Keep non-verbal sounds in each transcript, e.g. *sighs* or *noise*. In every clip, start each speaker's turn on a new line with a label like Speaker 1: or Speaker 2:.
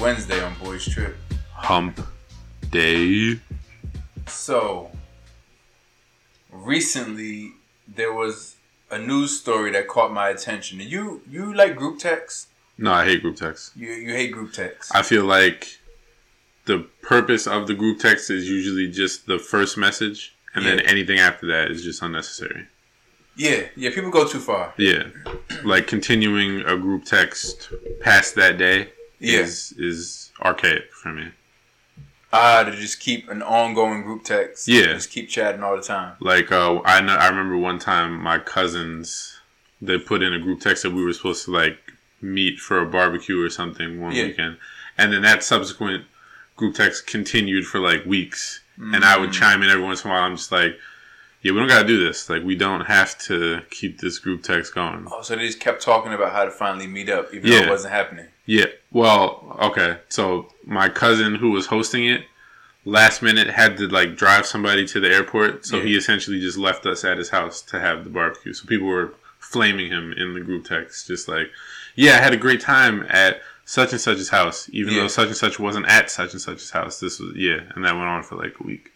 Speaker 1: Wednesday on Boys Trip.
Speaker 2: Hump Day.
Speaker 1: So, recently there was a news story that caught my attention. You you like group text?
Speaker 2: No, I hate group text.
Speaker 1: You you hate group text?
Speaker 2: I feel like the purpose of the group text is usually just the first message, and then
Speaker 1: Yeah.
Speaker 2: anything after that is just unnecessary.
Speaker 1: yeah, yeah. People go too far.
Speaker 2: Yeah, like continuing a group text past that day
Speaker 1: Yeah.
Speaker 2: is is archaic for me.
Speaker 1: Ah, to just keep an ongoing group text.
Speaker 2: Yeah.
Speaker 1: Just keep chatting all the time.
Speaker 2: Like uh, I know, I remember one time my cousins they put in a group text that we were supposed to like meet for a barbecue or something one
Speaker 1: Yeah.
Speaker 2: weekend, and then that subsequent group text continued for like weeks, and I would
Speaker 1: Mm.
Speaker 2: chime in every once in a while. I'm just like, yeah, we don't gotta do this. Like we don't have to keep this group text going.
Speaker 1: Oh, so they just kept talking about how to finally meet up, even though it
Speaker 2: Yeah.
Speaker 1: wasn't happening.
Speaker 2: Yeah. Well, okay. So my cousin who was hosting it last minute had to like drive somebody to the airport, so
Speaker 1: Yeah.
Speaker 2: he essentially just left us at his house to have the barbecue. So people were flaming him in the group text, just like, "Yeah, I had a great time at such and such's house, even
Speaker 1: Yeah.
Speaker 2: though such and such wasn't at such and such's house." This was yeah, and that went on for like a week.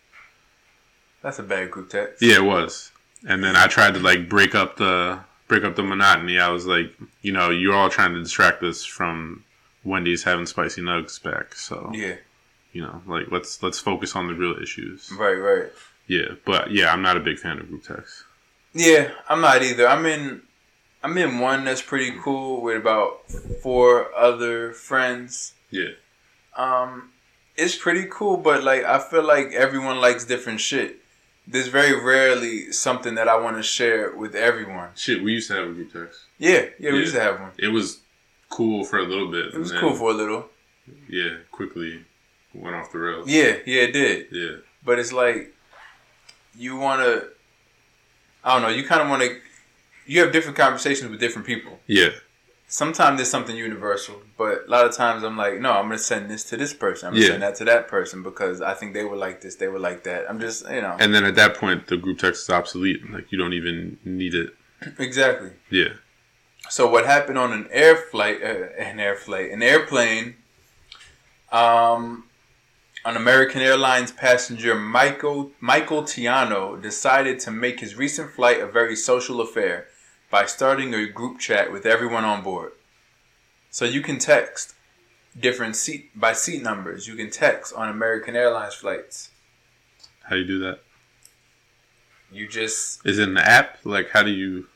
Speaker 1: That's a bad group text.
Speaker 2: Yeah, it was. And then I tried to like break up the break up the monotony. I was like, you know, you're all trying to distract us from Wendy's having spicy nuggets back. So
Speaker 1: Yeah.
Speaker 2: you know, like let's let's focus on the real issues.
Speaker 1: Right. Right.
Speaker 2: Yeah, but yeah, I'm not a big fan of group text.
Speaker 1: Yeah, I'm not either. I'm in I'm in one that's pretty cool with about four other friends.
Speaker 2: Yeah.
Speaker 1: Um it's pretty cool, but like I feel like everyone likes different shit. There's very rarely something that I want to share with everyone.
Speaker 2: Shit, we used to have a group text.
Speaker 1: Yeah, yeah, we
Speaker 2: Yeah.
Speaker 1: used to have one.
Speaker 2: It was cool for a little bit.
Speaker 1: It was cool for a little.
Speaker 2: yeah, quickly went off the rails.
Speaker 1: Yeah, yeah, it did.
Speaker 2: yeah.
Speaker 1: But it's like you want to I don't know, you kind of want to you have different conversations with different people.
Speaker 2: Yeah.
Speaker 1: sometimes there's something universal, but a lot of times I'm like, no, I'm gonna send this to this person. I'm gonna
Speaker 2: Yeah.
Speaker 1: send that to that person because I think they would like this, they would like that. I'm just, you know,
Speaker 2: And then at that point the group text is obsolete. Like you don't even need it.
Speaker 1: exactly.
Speaker 2: Yeah.
Speaker 1: So what happened on an air flight, uh, an air flight, an airplane? Um, an American Airlines passenger, Michael Michael Tiano, decided to make his recent flight a very social affair by starting a group chat with everyone on board. So you can text different seat by seat numbers. You can text on American Airlines flights.
Speaker 2: How do you do that?
Speaker 1: You just
Speaker 2: Is it an app? Like, how do you?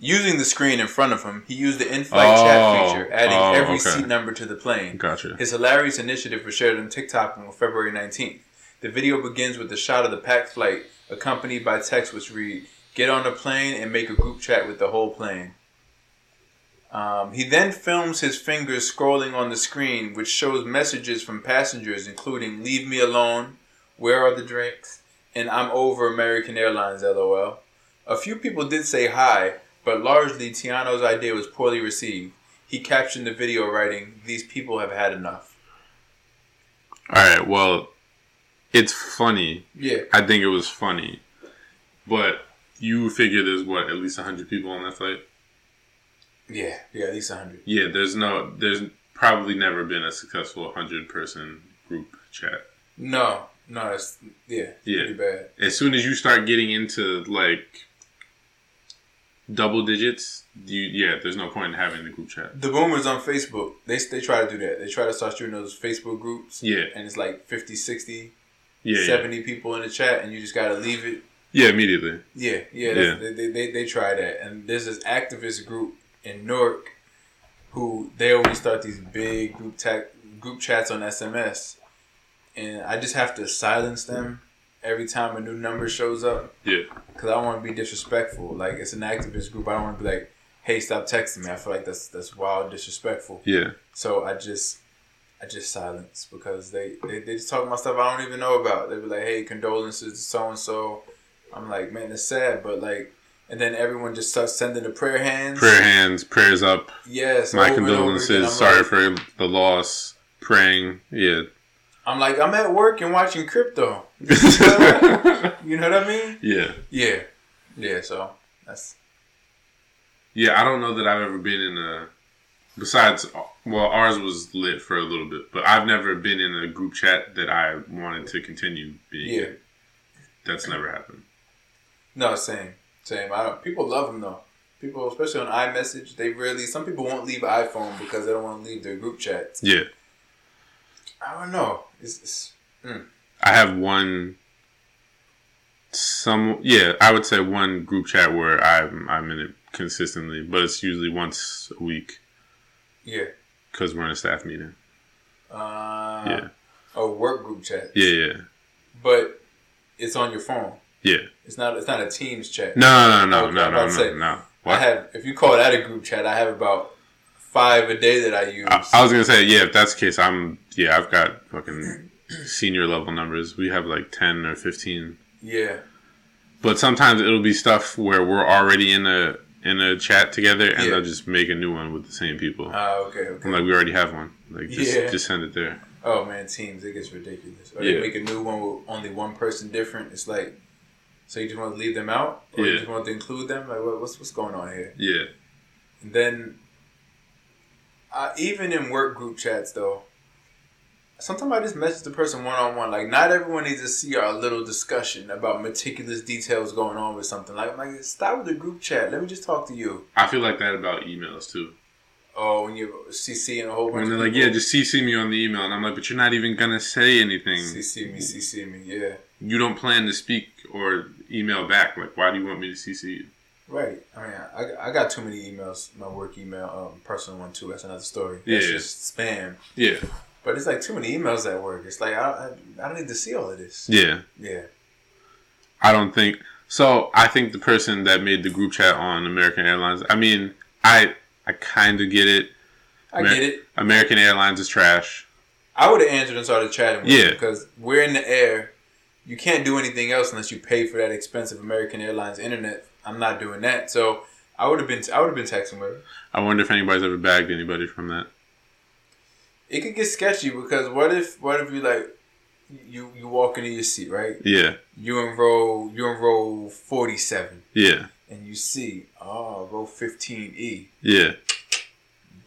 Speaker 1: using the screen in front of him. He used the in-flight
Speaker 2: Oh.
Speaker 1: chat feature, adding
Speaker 2: Oh,
Speaker 1: every
Speaker 2: okay.
Speaker 1: seat number to the plane.
Speaker 2: Gotcha.
Speaker 1: His hilarious initiative was shared on TikTok on February 19th. The video begins with a shot of the packed flight, accompanied by text which read, Get on the plane and make a group chat with the whole plane. Um, he then films his fingers scrolling on the screen, which shows messages from passengers, including Leave Me Alone, Where Are the Drinks, and I'm Over American Airlines, lol. A few people did say hi, but largely Tiano's idea was poorly received. He captioned the video writing, These people have had enough.
Speaker 2: All right. Well, it's funny.
Speaker 1: Yeah.
Speaker 2: I think it was funny, but you figure there's what at least hundred people on that flight.
Speaker 1: Yeah. Yeah, at least 100.
Speaker 2: Yeah. There's no. There's probably never been a successful hundred person group chat.
Speaker 1: No, no, it's, yeah,
Speaker 2: Yeah.
Speaker 1: pretty bad.
Speaker 2: As soon as you start getting into like double digits, you yeah. There's no point in having the group chat.
Speaker 1: The boomers on Facebook, they, they try to do that. They try to start you in those Facebook groups,
Speaker 2: Yeah.
Speaker 1: and it's like 50, 60,
Speaker 2: Yeah. Yeah.
Speaker 1: 70 people in the chat, and you just got to leave it.
Speaker 2: yeah immediately.
Speaker 1: Yeah, yeah, that's- They, they, they, they try that. And there's this activist group in Newark who they always start these big group ta- group chats on SMS. And I just have to silence them every time a new number shows up
Speaker 2: Yeah.
Speaker 1: because I don't want to be disrespectful. Like, it's an activist group. I don't want to be like, hey, stop texting me. I feel like that's that's wild disrespectful.
Speaker 2: Yeah.
Speaker 1: So I just I just silence because they, they, they just talk about stuff I don't even know about. They be like, hey, condolences to so and so. I'm like, man, it's sad, but like, and then everyone just starts sending the prayer hands.
Speaker 2: Prayer hands. Prayers up.
Speaker 1: Yes. over
Speaker 2: My
Speaker 1: and over again. I'm
Speaker 2: condolences. Sorry
Speaker 1: like-
Speaker 2: for the loss. Praying. Yeah.
Speaker 1: I'm like, I'm at work and watching
Speaker 2: *laughs*
Speaker 1: crypto. You know what I *laughs* mean?
Speaker 2: yeah.
Speaker 1: Yeah. Yeah. So that's
Speaker 2: Yeah, I don't know that I've ever been in a Besides, well, ours was lit for a little bit, but I've never been in a group chat that I wanted to continue being.
Speaker 1: Yeah.
Speaker 2: in. That's never happened.
Speaker 1: No, same, same. I don't. People love them though. People, especially on iMessage, they really. Some people won't leave iPhone because they don't want to leave their group chats.
Speaker 2: Yeah.
Speaker 1: I don't know. It's, it's
Speaker 2: I have one. Some yeah, I would say one group chat where I'm I'm in it consistently, but it's usually once a week
Speaker 1: yeah.
Speaker 2: because we're in a staff meeting.
Speaker 1: Uh,
Speaker 2: Yeah.
Speaker 1: A work group chat.
Speaker 2: Yeah, yeah,
Speaker 1: But it's on your phone.
Speaker 2: yeah.
Speaker 1: It's not. It's not a Teams chat.
Speaker 2: No, no, no,
Speaker 1: Okay,
Speaker 2: no,
Speaker 1: I'm
Speaker 2: no,
Speaker 1: about to
Speaker 2: no,
Speaker 1: say,
Speaker 2: no.
Speaker 1: I
Speaker 2: What?
Speaker 1: have. If you call that a group chat, I have about five a day that I use.
Speaker 2: I, I was gonna say yeah. If that's the case, I'm yeah. I've got fucking senior level numbers. We have like ten or fifteen
Speaker 1: yeah.
Speaker 2: but sometimes it'll be stuff where we're already in a in a chat together and
Speaker 1: Yeah.
Speaker 2: they'll just make a new one with the same people
Speaker 1: Ah, okay. Okay.
Speaker 2: i'm like we already have one like just,
Speaker 1: Yeah.
Speaker 2: just send it there
Speaker 1: Oh man, teams, it gets ridiculous. Or
Speaker 2: Yeah.
Speaker 1: they make a new one with only one person different. It's like, so you just want to leave them out, or
Speaker 2: Yeah.
Speaker 1: you just want to include them? Like, what, what's what's going on here?
Speaker 2: yeah
Speaker 1: And then, uh, even in work group chats, though, sometimes I just message the person one on one. Like, not everyone needs to see our little discussion about meticulous details going on with something. Like, I'm like stop with the group chat. Let me just talk to you.
Speaker 2: i feel like that about emails too
Speaker 1: Oh, when you CC and a whole bunch.
Speaker 2: when
Speaker 1: of
Speaker 2: they're like
Speaker 1: people.
Speaker 2: yeah just cc me on the email and i'm like but you're not even gonna say anything
Speaker 1: CC me, CC me. Yeah,
Speaker 2: you don't plan to speak or email back like why do you want me to cc you
Speaker 1: right. I mean, I, I got too many emails. My work email, um, personal one too. That's another story. That's
Speaker 2: Yeah.
Speaker 1: just spam.
Speaker 2: yeah
Speaker 1: But it's like too many emails at work. It's like I, I, I don't need to see all of this.
Speaker 2: yeah
Speaker 1: Yeah.
Speaker 2: I don't think so. I think the person that made the group chat on American Airlines. I mean, I I kind of get it.
Speaker 1: I
Speaker 2: Mer-
Speaker 1: get it.
Speaker 2: American Airlines is trash.
Speaker 1: I would have answered and started chatting with
Speaker 2: Yeah.
Speaker 1: him because we're in the air. You can't do anything else unless you pay for that expensive American Airlines internet. I'm not doing that. So I would have been I would have been texting with her.
Speaker 2: I wonder if anybody's ever bagged anybody from that.
Speaker 1: It could get sketchy because what if what if you like you you walk into your seat, right?
Speaker 2: Yeah,
Speaker 1: You enroll you enroll forty seven
Speaker 2: yeah,
Speaker 1: and you see, oh, row fifteen E.
Speaker 2: yeah,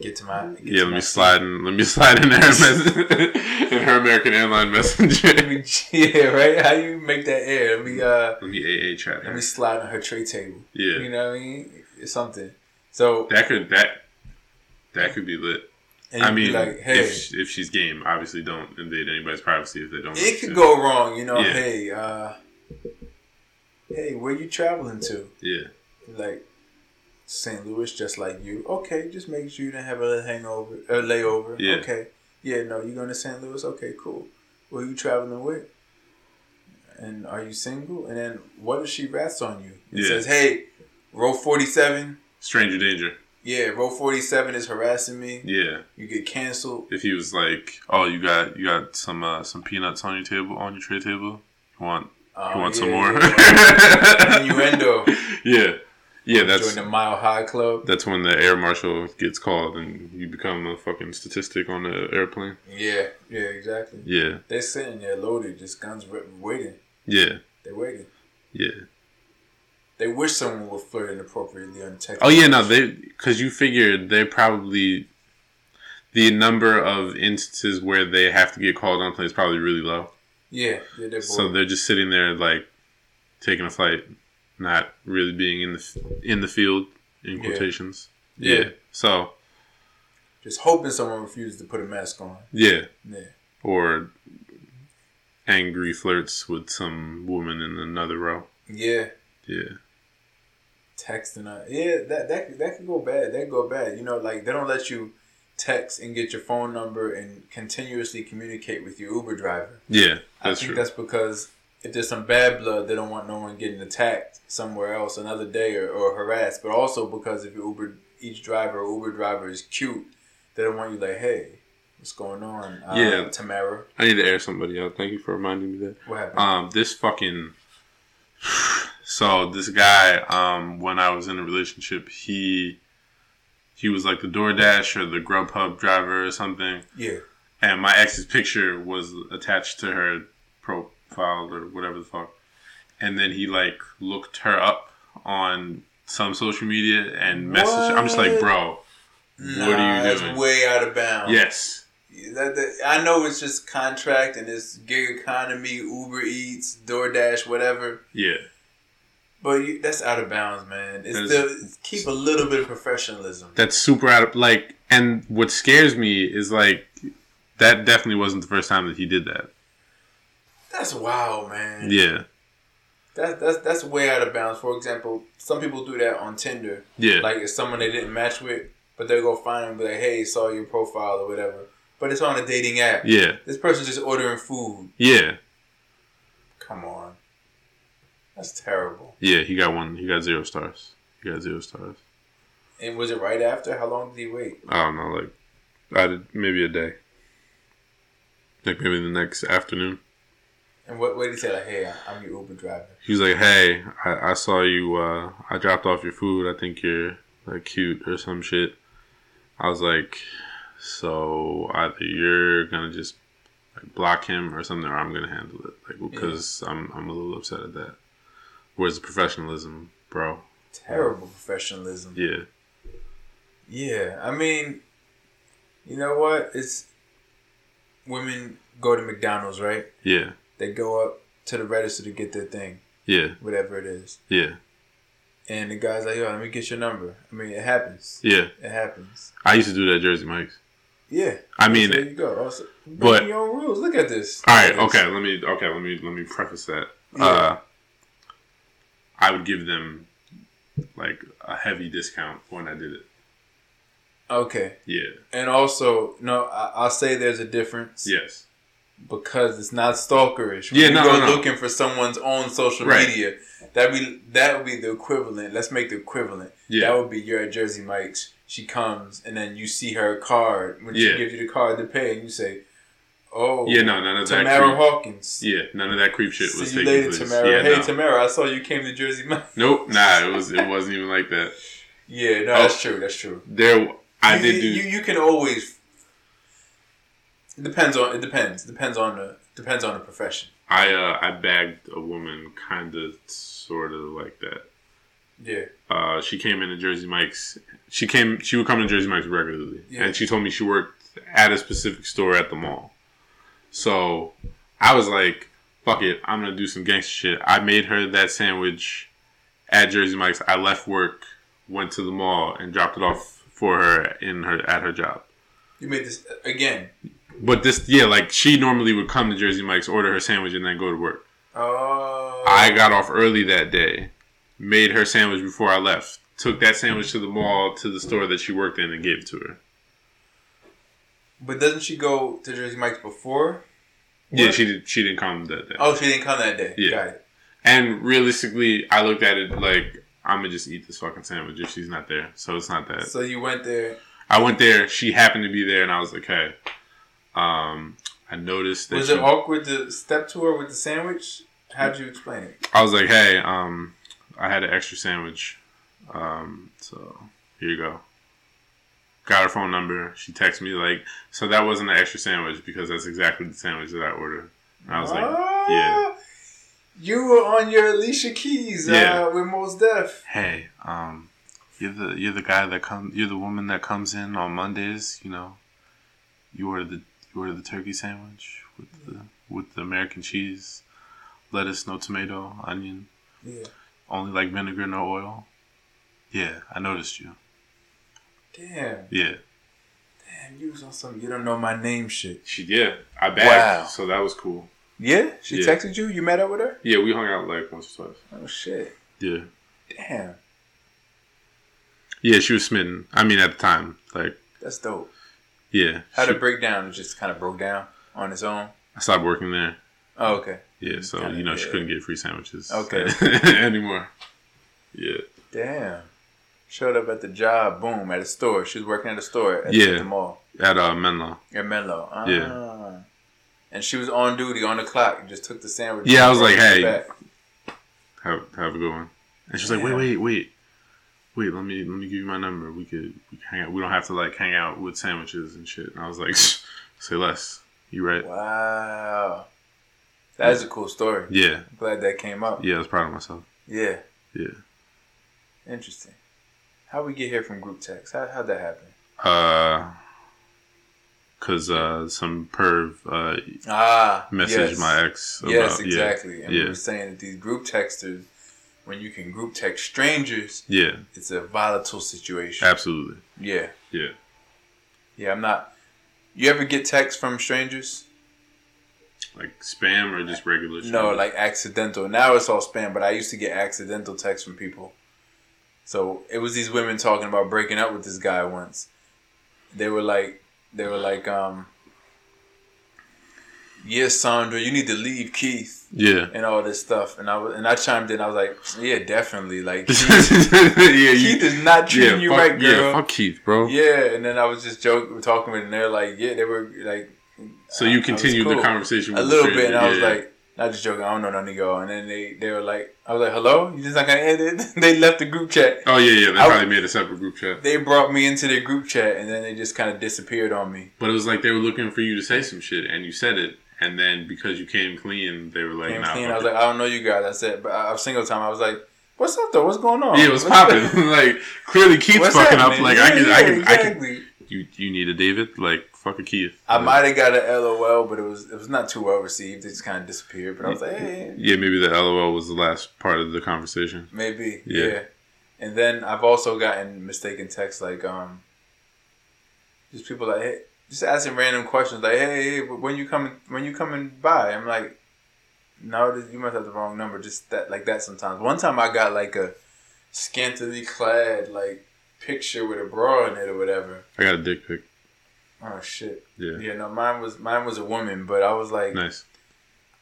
Speaker 1: Get to my get
Speaker 2: yeah.
Speaker 1: to
Speaker 2: Let
Speaker 1: my
Speaker 2: me
Speaker 1: seat.
Speaker 2: slide in. Let me *laughs* slide in her mes- *laughs* in her American
Speaker 1: *laughs*
Speaker 2: Airline
Speaker 1: Let
Speaker 2: messenger. *laughs*
Speaker 1: me yeah, right? How you make that air? Let me uh
Speaker 2: Let me AA chat.
Speaker 1: let
Speaker 2: Her.
Speaker 1: me slide on her tray table. You
Speaker 2: Yeah,
Speaker 1: know what I mean? It's something. So
Speaker 2: that could that that could be lit.
Speaker 1: and
Speaker 2: I
Speaker 1: you'd be
Speaker 2: mean,
Speaker 1: like, hey,
Speaker 2: if if she's game, obviously don't invade anybody's privacy if they don't. want
Speaker 1: it
Speaker 2: to.
Speaker 1: could go wrong, you know.
Speaker 2: Yeah.
Speaker 1: Hey, uh, hey, where you traveling to?
Speaker 2: Yeah,
Speaker 1: Like St. Louis, just like you. Okay, just make sure you do not have a hangover, a layover.
Speaker 2: Yeah.
Speaker 1: Okay. Yeah, no, you going to St. Louis? Okay, cool. Who are you traveling with? And are you single? And then what if she rats on you? It
Speaker 2: Yeah.
Speaker 1: says, hey, row forty seven.
Speaker 2: stranger danger.
Speaker 1: Yeah, row forty seven is harassing me.
Speaker 2: Yeah.
Speaker 1: You get canceled.
Speaker 2: if he was like, "Oh, you got you got some uh, some peanuts on your table on your tray table. You want
Speaker 1: Um,
Speaker 2: you want some
Speaker 1: yeah,
Speaker 2: more?"
Speaker 1: yeah.
Speaker 2: *laughs*
Speaker 1: Innuendo.
Speaker 2: yeah, yeah.
Speaker 1: Join
Speaker 2: That's
Speaker 1: the Mile High Club.
Speaker 2: that's when the air marshal gets called and you become a fucking statistic on the airplane.
Speaker 1: Yeah, yeah, exactly.
Speaker 2: Yeah,
Speaker 1: They're sitting there loaded, just guns ri- waiting.
Speaker 2: yeah,
Speaker 1: They're waiting.
Speaker 2: yeah.
Speaker 1: They wish someone would flirt inappropriately on text.
Speaker 2: Oh yeah, no, they because you figured they probably the number of instances where they have to get called on plane is probably really low.
Speaker 1: yeah, yeah, they're
Speaker 2: So
Speaker 1: bored.
Speaker 2: they're just sitting there like taking a flight, not really being in the f- in the field in
Speaker 1: Yeah.
Speaker 2: quotations. Yeah.
Speaker 1: Yeah.
Speaker 2: So
Speaker 1: just hoping someone refuses to put a mask on.
Speaker 2: yeah,
Speaker 1: Yeah,
Speaker 2: or angry flirts with some woman in another row.
Speaker 1: yeah,
Speaker 2: Yeah.
Speaker 1: texting. On. Yeah, that that could- that can go bad. That could go bad. You know, like they don't let you text and get your phone number and continuously communicate with your Uber driver.
Speaker 2: Yeah. That's
Speaker 1: I think
Speaker 2: true.
Speaker 1: that's because if there's some bad blood, they don't want no one getting attacked somewhere else another day or, or harassed. But also because if your Uber, each driver or Uber driver is cute, they don't want you like, hey, what's going on? Uh,
Speaker 2: Yeah.
Speaker 1: Tamara,
Speaker 2: I need to air somebody out. Thank you for reminding me that.
Speaker 1: what happened?
Speaker 2: Um, this fucking. *sighs* So this guy, um, when I was in a relationship, he he was like the DoorDash or the Grubhub driver or something.
Speaker 1: yeah,
Speaker 2: and my ex's picture was attached to her profile or whatever the fuck. And then he like looked her up on some social media and messaged. I'm just like,
Speaker 1: What?
Speaker 2: bro, What are you
Speaker 1: that's
Speaker 2: doing?
Speaker 1: way out of bounds.
Speaker 2: Yes.
Speaker 1: That, that, I know it's just contract and it's gig economy, Uber Eats, DoorDash, whatever.
Speaker 2: Yeah.
Speaker 1: But you, that's out of bounds, man. It's
Speaker 2: That is-
Speaker 1: still keep a little bit of professionalism.
Speaker 2: That's super out of like. And what scares me is like that definitely wasn't the first time that he did that.
Speaker 1: That's wild, man.
Speaker 2: Yeah.
Speaker 1: That, that's that's way out of bounds. For example, some people do that on Tinder.
Speaker 2: Yeah.
Speaker 1: Like it's someone they didn't match with, but they'll go find them and be like, hey, saw your profile or whatever. But it's on a dating app.
Speaker 2: yeah.
Speaker 1: This person's just ordering food.
Speaker 2: Yeah.
Speaker 1: Come on. That's terrible.
Speaker 2: Yeah. He got one. He got zero stars. He got zero stars.
Speaker 1: And was it right after? How long did he wait?
Speaker 2: I don't know. Like, I did maybe a day. Like maybe the next afternoon.
Speaker 1: And what, what did he say? Like, hey, I'm your Uber driver.
Speaker 2: He was like, "Hey, I, I saw you. Uh, I dropped off your food. I think you're like cute or some shit." I was like, "So either you're gonna just like, block him or something, or I'm gonna handle it." Like, because I'm I'm a little upset at that. Where's the professionalism, bro?
Speaker 1: Terrible professionalism.
Speaker 2: Yeah,
Speaker 1: Yeah, I mean, you know what? It's women go to McDonald's, right?
Speaker 2: yeah,
Speaker 1: They go up to the register to get their thing,
Speaker 2: yeah,
Speaker 1: whatever it is.
Speaker 2: yeah,
Speaker 1: And the guy's like, yo, let me get your number. I mean, it happens.
Speaker 2: yeah.
Speaker 1: It happens.
Speaker 2: I used to do that, at Jersey Mike's.
Speaker 1: Yeah.
Speaker 2: I mean,
Speaker 1: there you go. Also,
Speaker 2: but-
Speaker 1: breaking your own rules. Look at this.
Speaker 2: All right. Okay. Let me. Okay. Let me. Let me preface that. Uh, I would give them like a heavy discount when I did it.
Speaker 1: Okay.
Speaker 2: Yeah.
Speaker 1: And also, no, I, I'll say there's a difference.
Speaker 2: Yes.
Speaker 1: because it's not stalkerish. When
Speaker 2: Yeah,
Speaker 1: you
Speaker 2: no,
Speaker 1: go
Speaker 2: no, no.
Speaker 1: looking for someone's own social
Speaker 2: Right.
Speaker 1: media. That be that would be the equivalent. Let's make the equivalent.
Speaker 2: Yeah.
Speaker 1: That would be you're at Jersey Mike's. She comes and then you see her card. When
Speaker 2: Yeah.
Speaker 1: she gives you the card to pay, and you say, "Oh,
Speaker 2: Yeah. No. None of that.
Speaker 1: Tamara
Speaker 2: Creep,
Speaker 1: Hawkins."
Speaker 2: yeah. None of that creep shit was
Speaker 1: See you
Speaker 2: taking
Speaker 1: later,
Speaker 2: place.
Speaker 1: Tamara.
Speaker 2: Yeah.
Speaker 1: hey,
Speaker 2: no.
Speaker 1: Tamara, I saw you came to Jersey Mike. *laughs*
Speaker 2: nope. Nah. It was. It wasn't even like that.
Speaker 1: Yeah, no,
Speaker 2: Oh.
Speaker 1: that's true. That's true.
Speaker 2: There. I
Speaker 1: you,
Speaker 2: did do.
Speaker 1: You, you can always. It depends on. It depends. Depends on the. Depends on the profession.
Speaker 2: I. Uh, I bagged a woman, kind of, sort of like that.
Speaker 1: Yeah.
Speaker 2: uh, she came into Jersey Mike's. She came. She would come to Jersey Mike's regularly,
Speaker 1: Yeah.
Speaker 2: and she told me she worked at a specific store at the mall. So I was like, "Fuck it, I'm gonna do some gangster shit." I made her that sandwich at Jersey Mike's. I left work, went to the mall, and dropped it off for her in her at her job.
Speaker 1: You made this again.
Speaker 2: But this, yeah, like she normally would come to Jersey Mike's, order her sandwich, and then go to work.
Speaker 1: Oh.
Speaker 2: I got off early that day, made her sandwich before I left, took that sandwich to the mall to the store that she worked in and gave it to her.
Speaker 1: But doesn't she go to Jersey Mike's before?
Speaker 2: Yeah, she did, she didn't come that day.
Speaker 1: Oh, she didn't come that day.
Speaker 2: Yeah.
Speaker 1: Got it.
Speaker 2: And realistically, I looked at it like I'm gonna just eat this fucking sandwich if she's not there. So it's not that.
Speaker 1: So you went there.
Speaker 2: I went there. She happened to be there, and I was like, hey, um, I noticed that.
Speaker 1: Was
Speaker 2: she-
Speaker 1: it awkward to step to her with the sandwich? How'd you explain it?
Speaker 2: I was like, hey, um, I had an extra sandwich. Um, so here you go. Got her phone number. She texted me like, so that wasn't an extra sandwich because that's exactly the sandwich that I ordered. And I was like, yeah.
Speaker 1: Ah. You were on your Alicia Keys
Speaker 2: Yeah.
Speaker 1: uh, with Mos Def.
Speaker 2: hey, um, you're the you're the guy that comes, you're the woman that comes in on Mondays. You know, you order the you order the turkey sandwich with the with the American cheese, lettuce, no tomato, onion.
Speaker 1: Yeah.
Speaker 2: Only like vinegar, no oil. Yeah, I noticed you.
Speaker 1: Damn.
Speaker 2: Yeah.
Speaker 1: Damn, you was on some you don't know my name shit.
Speaker 2: She did. I bagged,
Speaker 1: Wow.
Speaker 2: so that was cool.
Speaker 1: Yeah? She
Speaker 2: Yeah.
Speaker 1: texted you? You met up with her?
Speaker 2: Yeah, we hung out like once or twice.
Speaker 1: Oh shit.
Speaker 2: Yeah.
Speaker 1: Damn.
Speaker 2: Yeah, she was smitten. I mean, at the time, like,
Speaker 1: That's dope.
Speaker 2: yeah.
Speaker 1: How'd
Speaker 2: she-
Speaker 1: it break down? It just kinda broke down on its own.
Speaker 2: I stopped working there.
Speaker 1: Oh, okay.
Speaker 2: Yeah, so
Speaker 1: Kinda,
Speaker 2: you know she
Speaker 1: yeah.
Speaker 2: couldn't get free sandwiches
Speaker 1: Okay.
Speaker 2: *laughs* anymore. Yeah,
Speaker 1: Damn. Showed up at the job, boom, at a store. She was working at a store at,
Speaker 2: Yeah.
Speaker 1: at the mall
Speaker 2: at uh, Menlo.
Speaker 1: at Menlo. Ah.
Speaker 2: Yeah.
Speaker 1: And she was on duty on the clock and just took the sandwich.
Speaker 2: Yeah, I was like,
Speaker 1: Took it
Speaker 2: hey.
Speaker 1: back.
Speaker 2: Have have a good one. And she's like, wait,
Speaker 1: Yeah.
Speaker 2: wait, wait, wait. Let me let me give you my number. We could we can hang out. We don't have to like hang out with sandwiches and shit. And I was like, *laughs* say less. You right?
Speaker 1: Wow. That is a cool story.
Speaker 2: Yeah,
Speaker 1: I'm glad that came up.
Speaker 2: yeah. I was proud of myself.
Speaker 1: Yeah.
Speaker 2: Yeah.
Speaker 1: Interesting. How we get here from group text? How, how'd that happen?
Speaker 2: uh, cause uh, some perv uh
Speaker 1: Ah,
Speaker 2: messaged
Speaker 1: yes.
Speaker 2: my ex. About,
Speaker 1: yes,
Speaker 2: yeah,
Speaker 1: exactly. And we
Speaker 2: yeah.
Speaker 1: were saying that these group texters, when you can group text strangers,
Speaker 2: Yeah,
Speaker 1: it's a volatile situation.
Speaker 2: absolutely.
Speaker 1: Yeah,
Speaker 2: Yeah,
Speaker 1: yeah. I'm not. You ever get texts from strangers?
Speaker 2: like spam or just regular.
Speaker 1: No,
Speaker 2: spam?
Speaker 1: like accidental. Now it's all spam, but I used to get accidental texts from people. So it was these women talking about breaking up with this guy once. They were like, they were like, um, yes, Sandra, you need to leave Keith
Speaker 2: yeah.
Speaker 1: and all this stuff. And I was, and I chimed in. I was like, yeah, definitely. Like Keith,
Speaker 2: *laughs* yeah, you,
Speaker 1: Keith is not treating you
Speaker 2: fuck,
Speaker 1: right, girl.
Speaker 2: yeah, fuck Keith, bro.
Speaker 1: Yeah, and then I was just joking, talking with, them, and they're like, "Yeah, they were like
Speaker 2: So you
Speaker 1: I- I was
Speaker 2: continued the
Speaker 1: cool.
Speaker 2: conversation
Speaker 1: a
Speaker 2: with the
Speaker 1: little bit," and
Speaker 2: stranger,
Speaker 1: I was
Speaker 2: yeah.
Speaker 1: like, "Not just joking, I don't know none of y'all." And then they they were like, "I was like, hello, you just not gonna end it?" *laughs* they left the group chat.
Speaker 2: "Oh yeah, yeah." They
Speaker 1: I-
Speaker 2: probably made a separate group chat,
Speaker 1: They brought me into their group chat, and then they just kind of disappeared on me.
Speaker 2: but it was like they were looking for you to say some shit, and you said it, and then because you came clean, they were like,
Speaker 1: Came
Speaker 2: "Nah."
Speaker 1: clean.
Speaker 2: fuck
Speaker 1: I was
Speaker 2: it.
Speaker 1: like, "I don't know you guys." I said, "But I, I was single time." I was like, "What's up though? What's going on?"
Speaker 2: yeah, it was
Speaker 1: What's up?
Speaker 2: popping. *laughs* like clearly Keith's
Speaker 1: oh, What's
Speaker 2: fucking up.
Speaker 1: happening?
Speaker 2: Like
Speaker 1: Yeah,
Speaker 2: I can,
Speaker 1: yeah,
Speaker 2: I can, I can.
Speaker 1: exactly.
Speaker 2: You you need a David? Like fuck a Keith.
Speaker 1: I
Speaker 2: Like,
Speaker 1: might have got a LOL, but it was it was not too well received. It just kind of disappeared. But I was like, "Hey,
Speaker 2: Yeah, maybe the LOL was the last part of the conversation.
Speaker 1: Maybe.
Speaker 2: Yeah.
Speaker 1: Yeah. And then I've also gotten mistaken texts like um just people like hey, just asking random questions like hey, hey when you coming when you coming by? I'm like no, this, you must have the wrong number. Just that like that sometimes. One time I got like a scantily clad like picture with a bra in it or whatever.
Speaker 2: I got a dick pic.
Speaker 1: Oh shit.
Speaker 2: Yeah,
Speaker 1: Yeah, no, mine was mine was a woman, but I was like
Speaker 2: nice.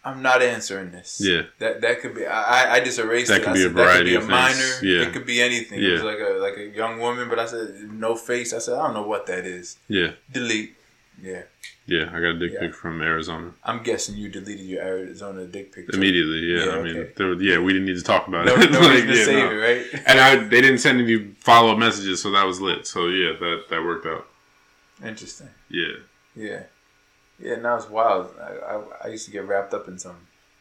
Speaker 1: I'm not answering this.
Speaker 2: Yeah,
Speaker 1: That that could be. I I- I just erased
Speaker 2: That
Speaker 1: it.
Speaker 2: could
Speaker 1: I
Speaker 2: be a
Speaker 1: said, that could be
Speaker 2: variety
Speaker 1: a
Speaker 2: of
Speaker 1: minor.
Speaker 2: things. Yeah.
Speaker 1: It could be anything. It
Speaker 2: Yeah.
Speaker 1: was like a like a young woman, but I said no face. I said I don't know what that is.
Speaker 2: yeah,
Speaker 1: Delete. Yeah,
Speaker 2: yeah. I got a dick
Speaker 1: Yeah.
Speaker 2: pic from Arizona
Speaker 1: I'm guessing you deleted your Arizona dick picture.
Speaker 2: immediately. Yeah,
Speaker 1: Yeah,
Speaker 2: I mean,
Speaker 1: okay.
Speaker 2: there, were- yeah, we didn't need to talk about
Speaker 1: No, no
Speaker 2: it. *laughs*
Speaker 1: reason to
Speaker 2: yeah,
Speaker 1: save
Speaker 2: no.
Speaker 1: it, right? *laughs*
Speaker 2: And I, they didn't send any follow up messages, so that was lit. So yeah, that that worked out.
Speaker 1: Interesting.
Speaker 2: Yeah,
Speaker 1: Yeah, yeah. Now it's wild. I, I I used to get wrapped up in some,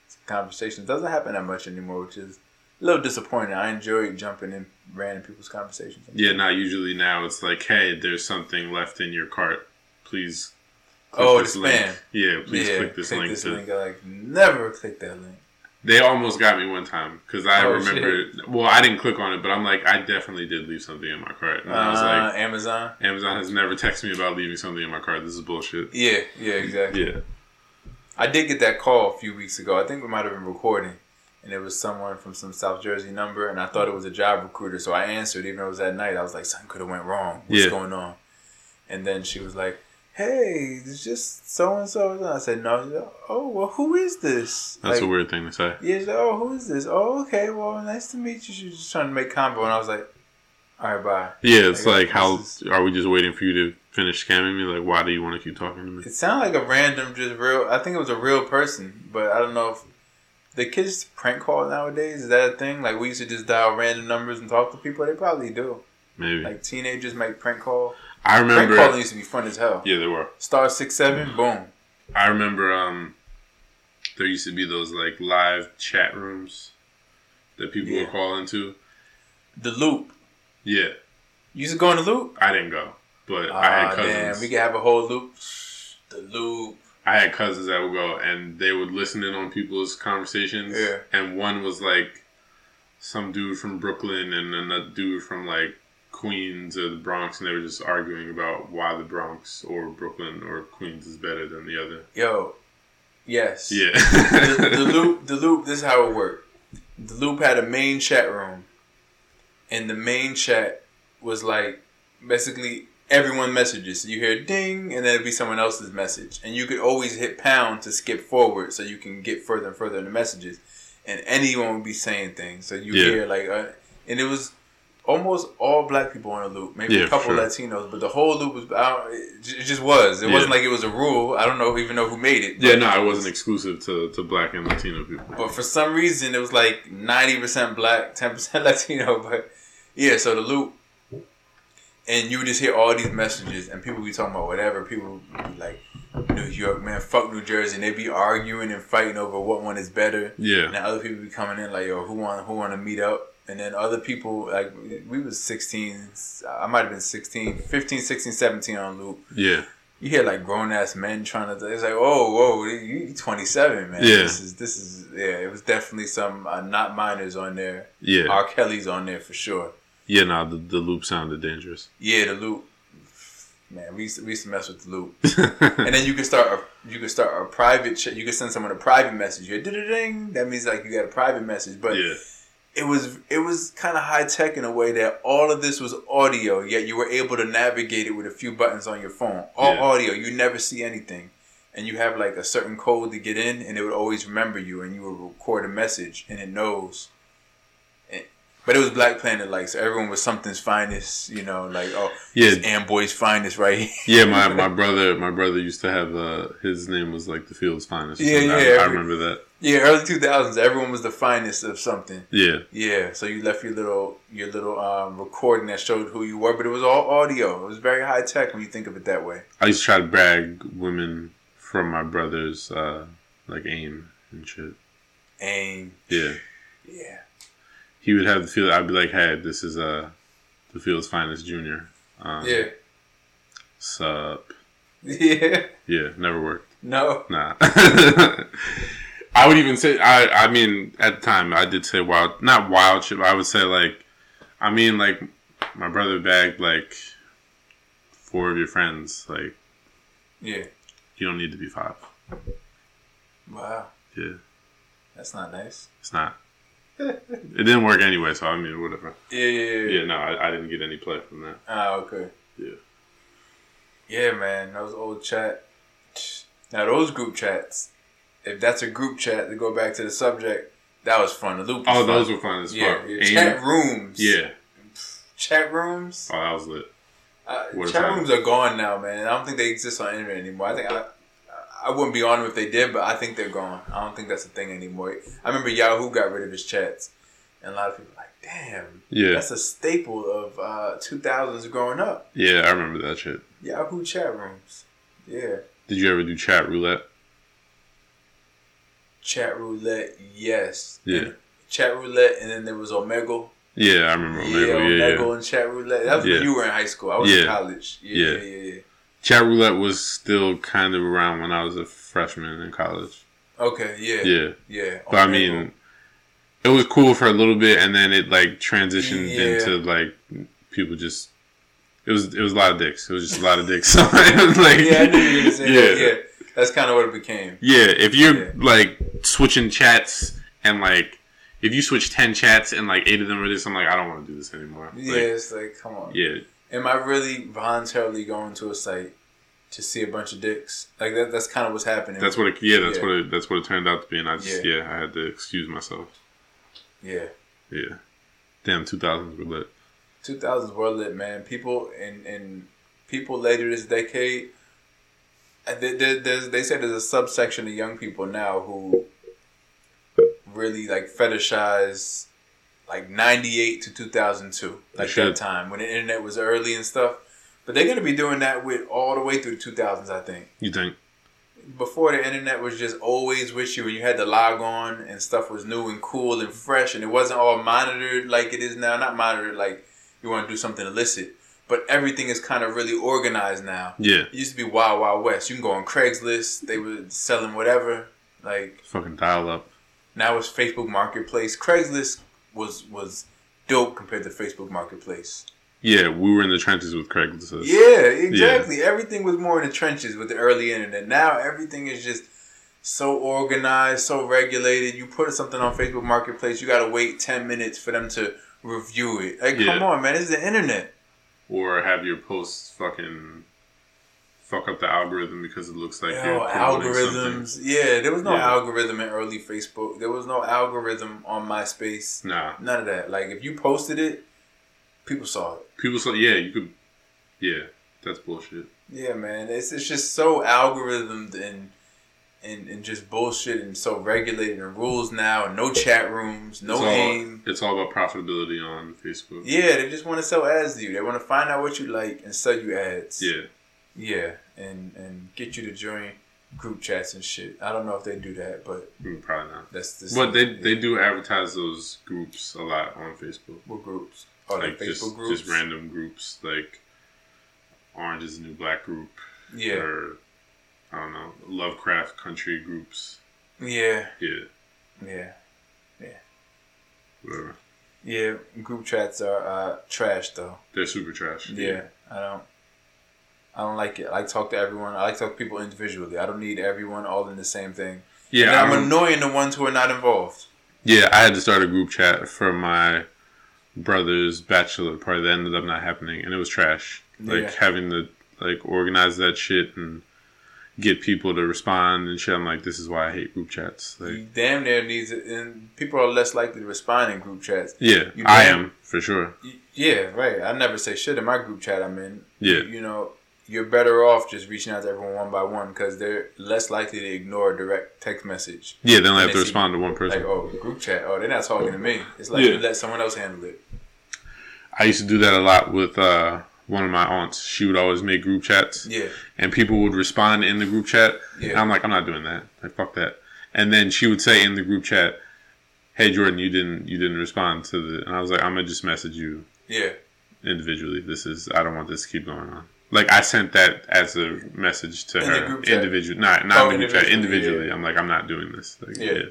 Speaker 1: some conversations. Doesn't happen that much anymore, which is a little disappointing. I enjoy jumping in random people's conversations.
Speaker 2: yeah. Not usually now. It's like, hey, there's something left in your cart. Please. click
Speaker 1: Oh,
Speaker 2: this
Speaker 1: the
Speaker 2: link.
Speaker 1: spam.
Speaker 2: Yeah, please
Speaker 1: yeah,
Speaker 2: click this link. to,
Speaker 1: I like never click that link.
Speaker 2: They almost got me one time because I
Speaker 1: Oh,
Speaker 2: remember. Well, I didn't click on it, but I'm like, I definitely did leave something in my cart, and I was
Speaker 1: Uh,
Speaker 2: like,
Speaker 1: Amazon.
Speaker 2: Amazon has never texted me about leaving something in my cart. This is bullshit.
Speaker 1: Yeah, yeah, exactly.
Speaker 2: Yeah,
Speaker 1: I did get that call a few weeks ago. I think we might have been recording, and it was someone from some South Jersey number, and I thought it was a job recruiter, so I answered even though it was at night. I was like, something could have went wrong. What's
Speaker 2: Yeah.
Speaker 1: going on? And then she was like, "Hey, it's just so and so." I said, "No." She's like, "Oh, well, who is this?"
Speaker 2: that's
Speaker 1: like,
Speaker 2: a weird thing to say.
Speaker 1: Yeah, she's like, "Oh, who is this?" Oh, okay. Well, nice to meet you. She was just trying to make convo, and I was like, "All right, bye."
Speaker 2: Yeah, it's
Speaker 1: Like,
Speaker 2: like how
Speaker 1: this
Speaker 2: are we just waiting for you to finish scamming me? Like, why do you want to keep talking to me?
Speaker 1: It sounded like a random, just real. I think it was a real person, but I don't know if the kids prank call nowadays is that a thing? Like we used to just dial random numbers and talk to people. They probably do.
Speaker 2: Maybe
Speaker 1: Like teenagers make prank call.
Speaker 2: I
Speaker 1: Prank
Speaker 2: remember.
Speaker 1: calling used to be fun as hell.
Speaker 2: Yeah, there were.
Speaker 1: Star six seven, boom.
Speaker 2: I remember um there used to be those like live chat rooms that people
Speaker 1: Yeah.
Speaker 2: would call into.
Speaker 1: The loop.
Speaker 2: Yeah,
Speaker 1: You used to go in the loop.
Speaker 2: I didn't go, but I
Speaker 1: Ah,
Speaker 2: had
Speaker 1: damn,
Speaker 2: cousins.
Speaker 1: we could have a whole loop. The loop.
Speaker 2: I had cousins that would go and they would listen in on people's conversations.
Speaker 1: Yeah.
Speaker 2: And one was like some dude from Brooklyn and another dude from like Queens or the Bronx, and they were just arguing about why the Bronx or Brooklyn or Queens is better than the other.
Speaker 1: Yo. Yes.
Speaker 2: Yeah.
Speaker 1: the,
Speaker 2: *laughs*
Speaker 1: the loop the loop this is how it worked the loop had a main chat room and the main chat was like basically everyone messages so you hear ding and then it'd be someone else's message and you could always hit pound to skip forward so you can get further and further in the messages and anyone would be saying things so you
Speaker 2: Yeah.
Speaker 1: hear like uh, and it was almost all black people on the loop maybe
Speaker 2: Yeah,
Speaker 1: a
Speaker 2: for
Speaker 1: couple
Speaker 2: sure.
Speaker 1: latinos but the whole loop was I don't, it j- it just was it
Speaker 2: Yeah.
Speaker 1: wasn't like it was a rule i don't know even know who made it
Speaker 2: yeah,
Speaker 1: but-
Speaker 2: no, it wasn't exclusive to, to black and Latino people.
Speaker 1: but for some reason, it was like ninety percent black, ten percent *laughs* Latino. But yeah, so the loop, and you would just hear all these messages, and people be talking about whatever. People would be like, New York, man, fuck New Jersey. And they be arguing and fighting over what one is better.
Speaker 2: Yeah.
Speaker 1: And then other people be coming in like, yo, who want who want to meet up? And then other people, like, we was 16, I might have been 16, 15, 16, 17 on loop.
Speaker 2: Yeah.
Speaker 1: You hear like grown ass men trying to, it's like, oh, whoa, you 27, man.
Speaker 2: Yeah.
Speaker 1: This is, this is, yeah, it was definitely some uh, not minors on there.
Speaker 2: Yeah.
Speaker 1: R. Kelly's on there for sure.
Speaker 2: Yeah, nah, the, the loop sounded dangerous. *laughs*
Speaker 1: Yeah, the loop. Man, we used to, we used to mess with the
Speaker 2: *laughs*
Speaker 1: loop. and then you can start a you can start a private ch- you can send someone a private message you ding that means like you got a private message but
Speaker 2: yeah.
Speaker 1: it was it was kind of high tech in a way that all of this was audio yet you were able to navigate it with a few buttons on your phone all
Speaker 2: Yeah.
Speaker 1: audio you never see anything and you have like a certain code to get in and it would always remember you and you would record a message and it knows And- but it was Black Planet like so everyone was something's finest you know like oh
Speaker 2: Yeah.
Speaker 1: yeah Amboy's finest right here *laughs*
Speaker 2: Yeah, my, my brother my brother used to have uh his name was like the field's finest. or
Speaker 1: Yeah,
Speaker 2: something.
Speaker 1: yeah.
Speaker 2: I, I remember that.
Speaker 1: Yeah, early two thousands. Everyone was the finest of something.
Speaker 2: Yeah.
Speaker 1: Yeah, so you left your little your little um, recording that showed who you were, but it was all audio. It was very high tech when you think of it that way.
Speaker 2: I used to try to brag women from my brother's uh like aim and shit.
Speaker 1: And
Speaker 2: Yeah.
Speaker 1: yeah,
Speaker 2: He would have the field I'd be like, Hey, this is uh the field's finest junior. Um
Speaker 1: yeah, *laughs*
Speaker 2: sup.
Speaker 1: yeah.
Speaker 2: Yeah, never worked.
Speaker 1: No,
Speaker 2: Nah. *laughs* I would even say I I mean at the time I did say wild not wild shit, but I would say like I mean like my brother bagged like four of your friends, like
Speaker 1: yeah.
Speaker 2: you don't need to be five.
Speaker 1: Wow,
Speaker 2: Yeah.
Speaker 1: that's not nice. *laughs*
Speaker 2: It's not. it didn't work anyway, so I mean whatever.
Speaker 1: Yeah, yeah, yeah.
Speaker 2: Yeah, no, I, I didn't get any play from that.
Speaker 1: Ah, okay.
Speaker 2: Yeah.
Speaker 1: Yeah, man, those old chat. Now those group chats. If that's a group chat, to go back to the subject, that was fun. The loop.
Speaker 2: Oh,
Speaker 1: was
Speaker 2: those
Speaker 1: fun.
Speaker 2: were fun as
Speaker 1: yeah,
Speaker 2: fuck.
Speaker 1: yeah.
Speaker 2: Aim-
Speaker 1: chat rooms.
Speaker 2: yeah.
Speaker 1: chat rooms.
Speaker 2: Oh, that was lit.
Speaker 1: Uh,
Speaker 2: What is
Speaker 1: chat
Speaker 2: happening?
Speaker 1: rooms are gone now, man. I don't think they exist on the internet anymore. I think I, I wouldn't be on them if they did, but I think they're gone. I don't think that's a thing anymore. I remember Yahoo got rid of his chats, and a lot of people were like, damn,
Speaker 2: Yeah.
Speaker 1: that's a staple of uh, 2000s growing up.
Speaker 2: Yeah, I remember that shit.
Speaker 1: Yahoo chat rooms. Yeah.
Speaker 2: Did you ever do chat roulette?
Speaker 1: Chat roulette, yes.
Speaker 2: Yeah.
Speaker 1: Chat roulette, and then there was Omegle.
Speaker 2: Yeah, I remember Omegle. Yeah,
Speaker 1: yeah,
Speaker 2: yeah.
Speaker 1: Omegle and chat roulette. That was
Speaker 2: Yeah.
Speaker 1: when you were in high school. I was
Speaker 2: Yeah.
Speaker 1: in college.
Speaker 2: Yeah.
Speaker 1: Yeah, yeah, yeah. yeah.
Speaker 2: Chat roulette was still kind of around when I was a freshman in college.
Speaker 1: Okay, yeah, yeah.
Speaker 2: Yeah, but I mean, it was cool for a little bit, and then it like transitioned
Speaker 1: Yeah.
Speaker 2: into like people just. It was it was a lot of dicks. It was just a lot of dicks. *laughs* So it was like
Speaker 1: yeah, I knew you were gonna say that.
Speaker 2: yeah.
Speaker 1: Yeah, that's kind of what it became.
Speaker 2: Yeah, if you're
Speaker 1: Yeah.
Speaker 2: like switching chats and like if you switch ten chats and like eight of them are this, I'm like I don't want to do this anymore. Like,
Speaker 1: Yeah, it's like, come on.
Speaker 2: yeah,
Speaker 1: Am I really voluntarily going to a site to see a bunch of dicks? Like that, that's kind of what's happening.
Speaker 2: that's what it. Yeah, that's
Speaker 1: Yeah.
Speaker 2: what it. That's what it turned out to be, and I just
Speaker 1: Yeah.
Speaker 2: yeah, I had to excuse myself.
Speaker 1: yeah.
Speaker 2: Yeah, damn, two thousands were lit.
Speaker 1: Two thousands were lit, man. People and and people later this decade, uh, there, there, there's they say there's a subsection of young people now who really like fetishize like ninety eight to two thousand two, like
Speaker 2: should.
Speaker 1: that time when the internet was early and stuff. But they're gonna be doing that with all the way through the two thousands, I think.
Speaker 2: You think?
Speaker 1: before the internet was just always with you and you had to log on and stuff was new and cool and fresh and it wasn't all monitored like it is now not monitored like you want to do something illicit but everything is kind of really organized now
Speaker 2: Yeah,
Speaker 1: it used to be wild wild west you can go on craigslist they were selling whatever like
Speaker 2: fucking dial up.
Speaker 1: now it's facebook marketplace craigslist was was dope compared to facebook marketplace
Speaker 2: Yeah, we were in the trenches with Craigslist.
Speaker 1: yeah, exactly. Everything was more in the trenches with the early internet. Now everything is just so organized, so regulated. You put something on Facebook Marketplace, you gotta wait ten minutes for them to review it. Like, come
Speaker 2: Yeah.
Speaker 1: on, man, it's the internet.
Speaker 2: Or have your posts fucking fuck up the algorithm because it looks like
Speaker 1: Yo,
Speaker 2: you're promoting something.
Speaker 1: algorithms. Yeah, there was no
Speaker 2: Yeah.
Speaker 1: algorithm in early Facebook. There was no algorithm on MySpace.
Speaker 2: Nah,
Speaker 1: None of that. Like if you posted it, people saw it.
Speaker 2: people say yeah, you could. Yeah, that's bullshit.
Speaker 1: Yeah, man, it's it's just so algorithmed and and and just bullshit and so regulated and rules now and no chat rooms, no
Speaker 2: it's all,
Speaker 1: aim.
Speaker 2: It's all about profitability on Facebook.
Speaker 1: Yeah, they just want to sell ads to you. They want to find out what you like and sell you ads.
Speaker 2: Yeah.
Speaker 1: yeah, and and get you to join group chats and shit. I don't know if they do that, but
Speaker 2: Mm, Probably not.
Speaker 1: that's the
Speaker 2: But they
Speaker 1: yeah.
Speaker 2: they do advertise those groups a lot on Facebook.
Speaker 1: what groups? Oh,
Speaker 2: like
Speaker 1: the Facebook
Speaker 2: just,
Speaker 1: groups.
Speaker 2: just random groups like Orange is the New Black group
Speaker 1: Yeah,
Speaker 2: or I don't know Lovecraft Country groups.
Speaker 1: yeah,
Speaker 2: Yeah,
Speaker 1: yeah,
Speaker 2: whatever.
Speaker 1: yeah. Group chats are uh, trash though.
Speaker 2: They're super trash.
Speaker 1: Yeah, I don't. I don't like it. I like to talk to everyone. I like to talk to people individually. I don't need everyone all in the same thing.
Speaker 2: yeah.
Speaker 1: and
Speaker 2: I
Speaker 1: I'm
Speaker 2: rem-
Speaker 1: annoying the ones who are not involved.
Speaker 2: Yeah, I had to start a group chat for my brother's bachelor party that ended up not happening, and it was trash. Like
Speaker 1: Yeah.
Speaker 2: having to like organize that shit and get people to respond and shit. I'm like, this is why I hate group chats. Like,
Speaker 1: You damn near needs it, and people are less likely to respond in group chats.
Speaker 2: yeah,
Speaker 1: You
Speaker 2: I
Speaker 1: don't-
Speaker 2: am for sure.
Speaker 1: Y- Yeah, right. I never say shit in my group chat I'm in.
Speaker 2: Yeah.
Speaker 1: You know, you're better off just reaching out to everyone one by one because they're less likely to ignore a direct text message.
Speaker 2: Yeah, then I have
Speaker 1: they
Speaker 2: to
Speaker 1: see-
Speaker 2: respond to one person.
Speaker 1: Like, oh, group chat. Oh, they're not talking to me. It's like
Speaker 2: Yeah.
Speaker 1: you let someone else handle it.
Speaker 2: I used to do that a lot with uh, one of my aunts. She would always make group chats,
Speaker 1: Yeah.
Speaker 2: and people would respond in the group chat.
Speaker 1: Yeah.
Speaker 2: And I'm like, I'm not doing that. Like, fuck that. And then she would say in the group chat, "Hey Jordan, you didn't you didn't respond to the." And I was like, I'm gonna just message you
Speaker 1: Yeah.
Speaker 2: individually. This is I don't want this to keep going on. Like I sent that as a message to
Speaker 1: In the
Speaker 2: her
Speaker 1: group chat?
Speaker 2: individually, not not
Speaker 1: Oh,
Speaker 2: in the group chat
Speaker 1: individually, yeah,
Speaker 2: individually. I'm like, I'm not doing this. Like,
Speaker 1: Yeah.
Speaker 2: yeah.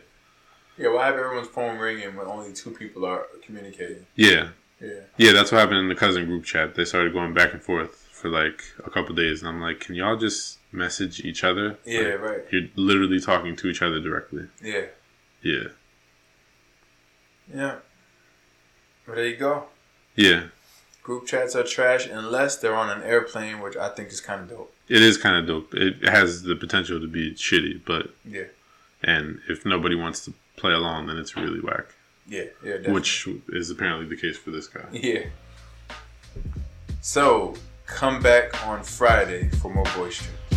Speaker 1: Yeah, why have everyone's phone ringing when only two people are communicating?
Speaker 2: yeah,
Speaker 1: Yeah.
Speaker 2: yeah, That's what happened in the cousin group chat. They started going back and forth for like a couple days, and I'm like, can y'all just message each other?
Speaker 1: Yeah,
Speaker 2: Like,
Speaker 1: right.
Speaker 2: you're literally talking to each other directly.
Speaker 1: Yeah.
Speaker 2: Yeah,
Speaker 1: Yeah. Well, there you go.
Speaker 2: yeah.
Speaker 1: Group chats are trash unless they're on an airplane, which I think is kind of dope.
Speaker 2: It is kind of dope. It has the potential to be shitty, but
Speaker 1: Yeah.
Speaker 2: and if nobody wants to play along, then it's really whack.
Speaker 1: Yeah. Yeah. Definitely.
Speaker 2: Which is apparently the case for this guy.
Speaker 1: Yeah. So, come back on Friday for more Boy Street.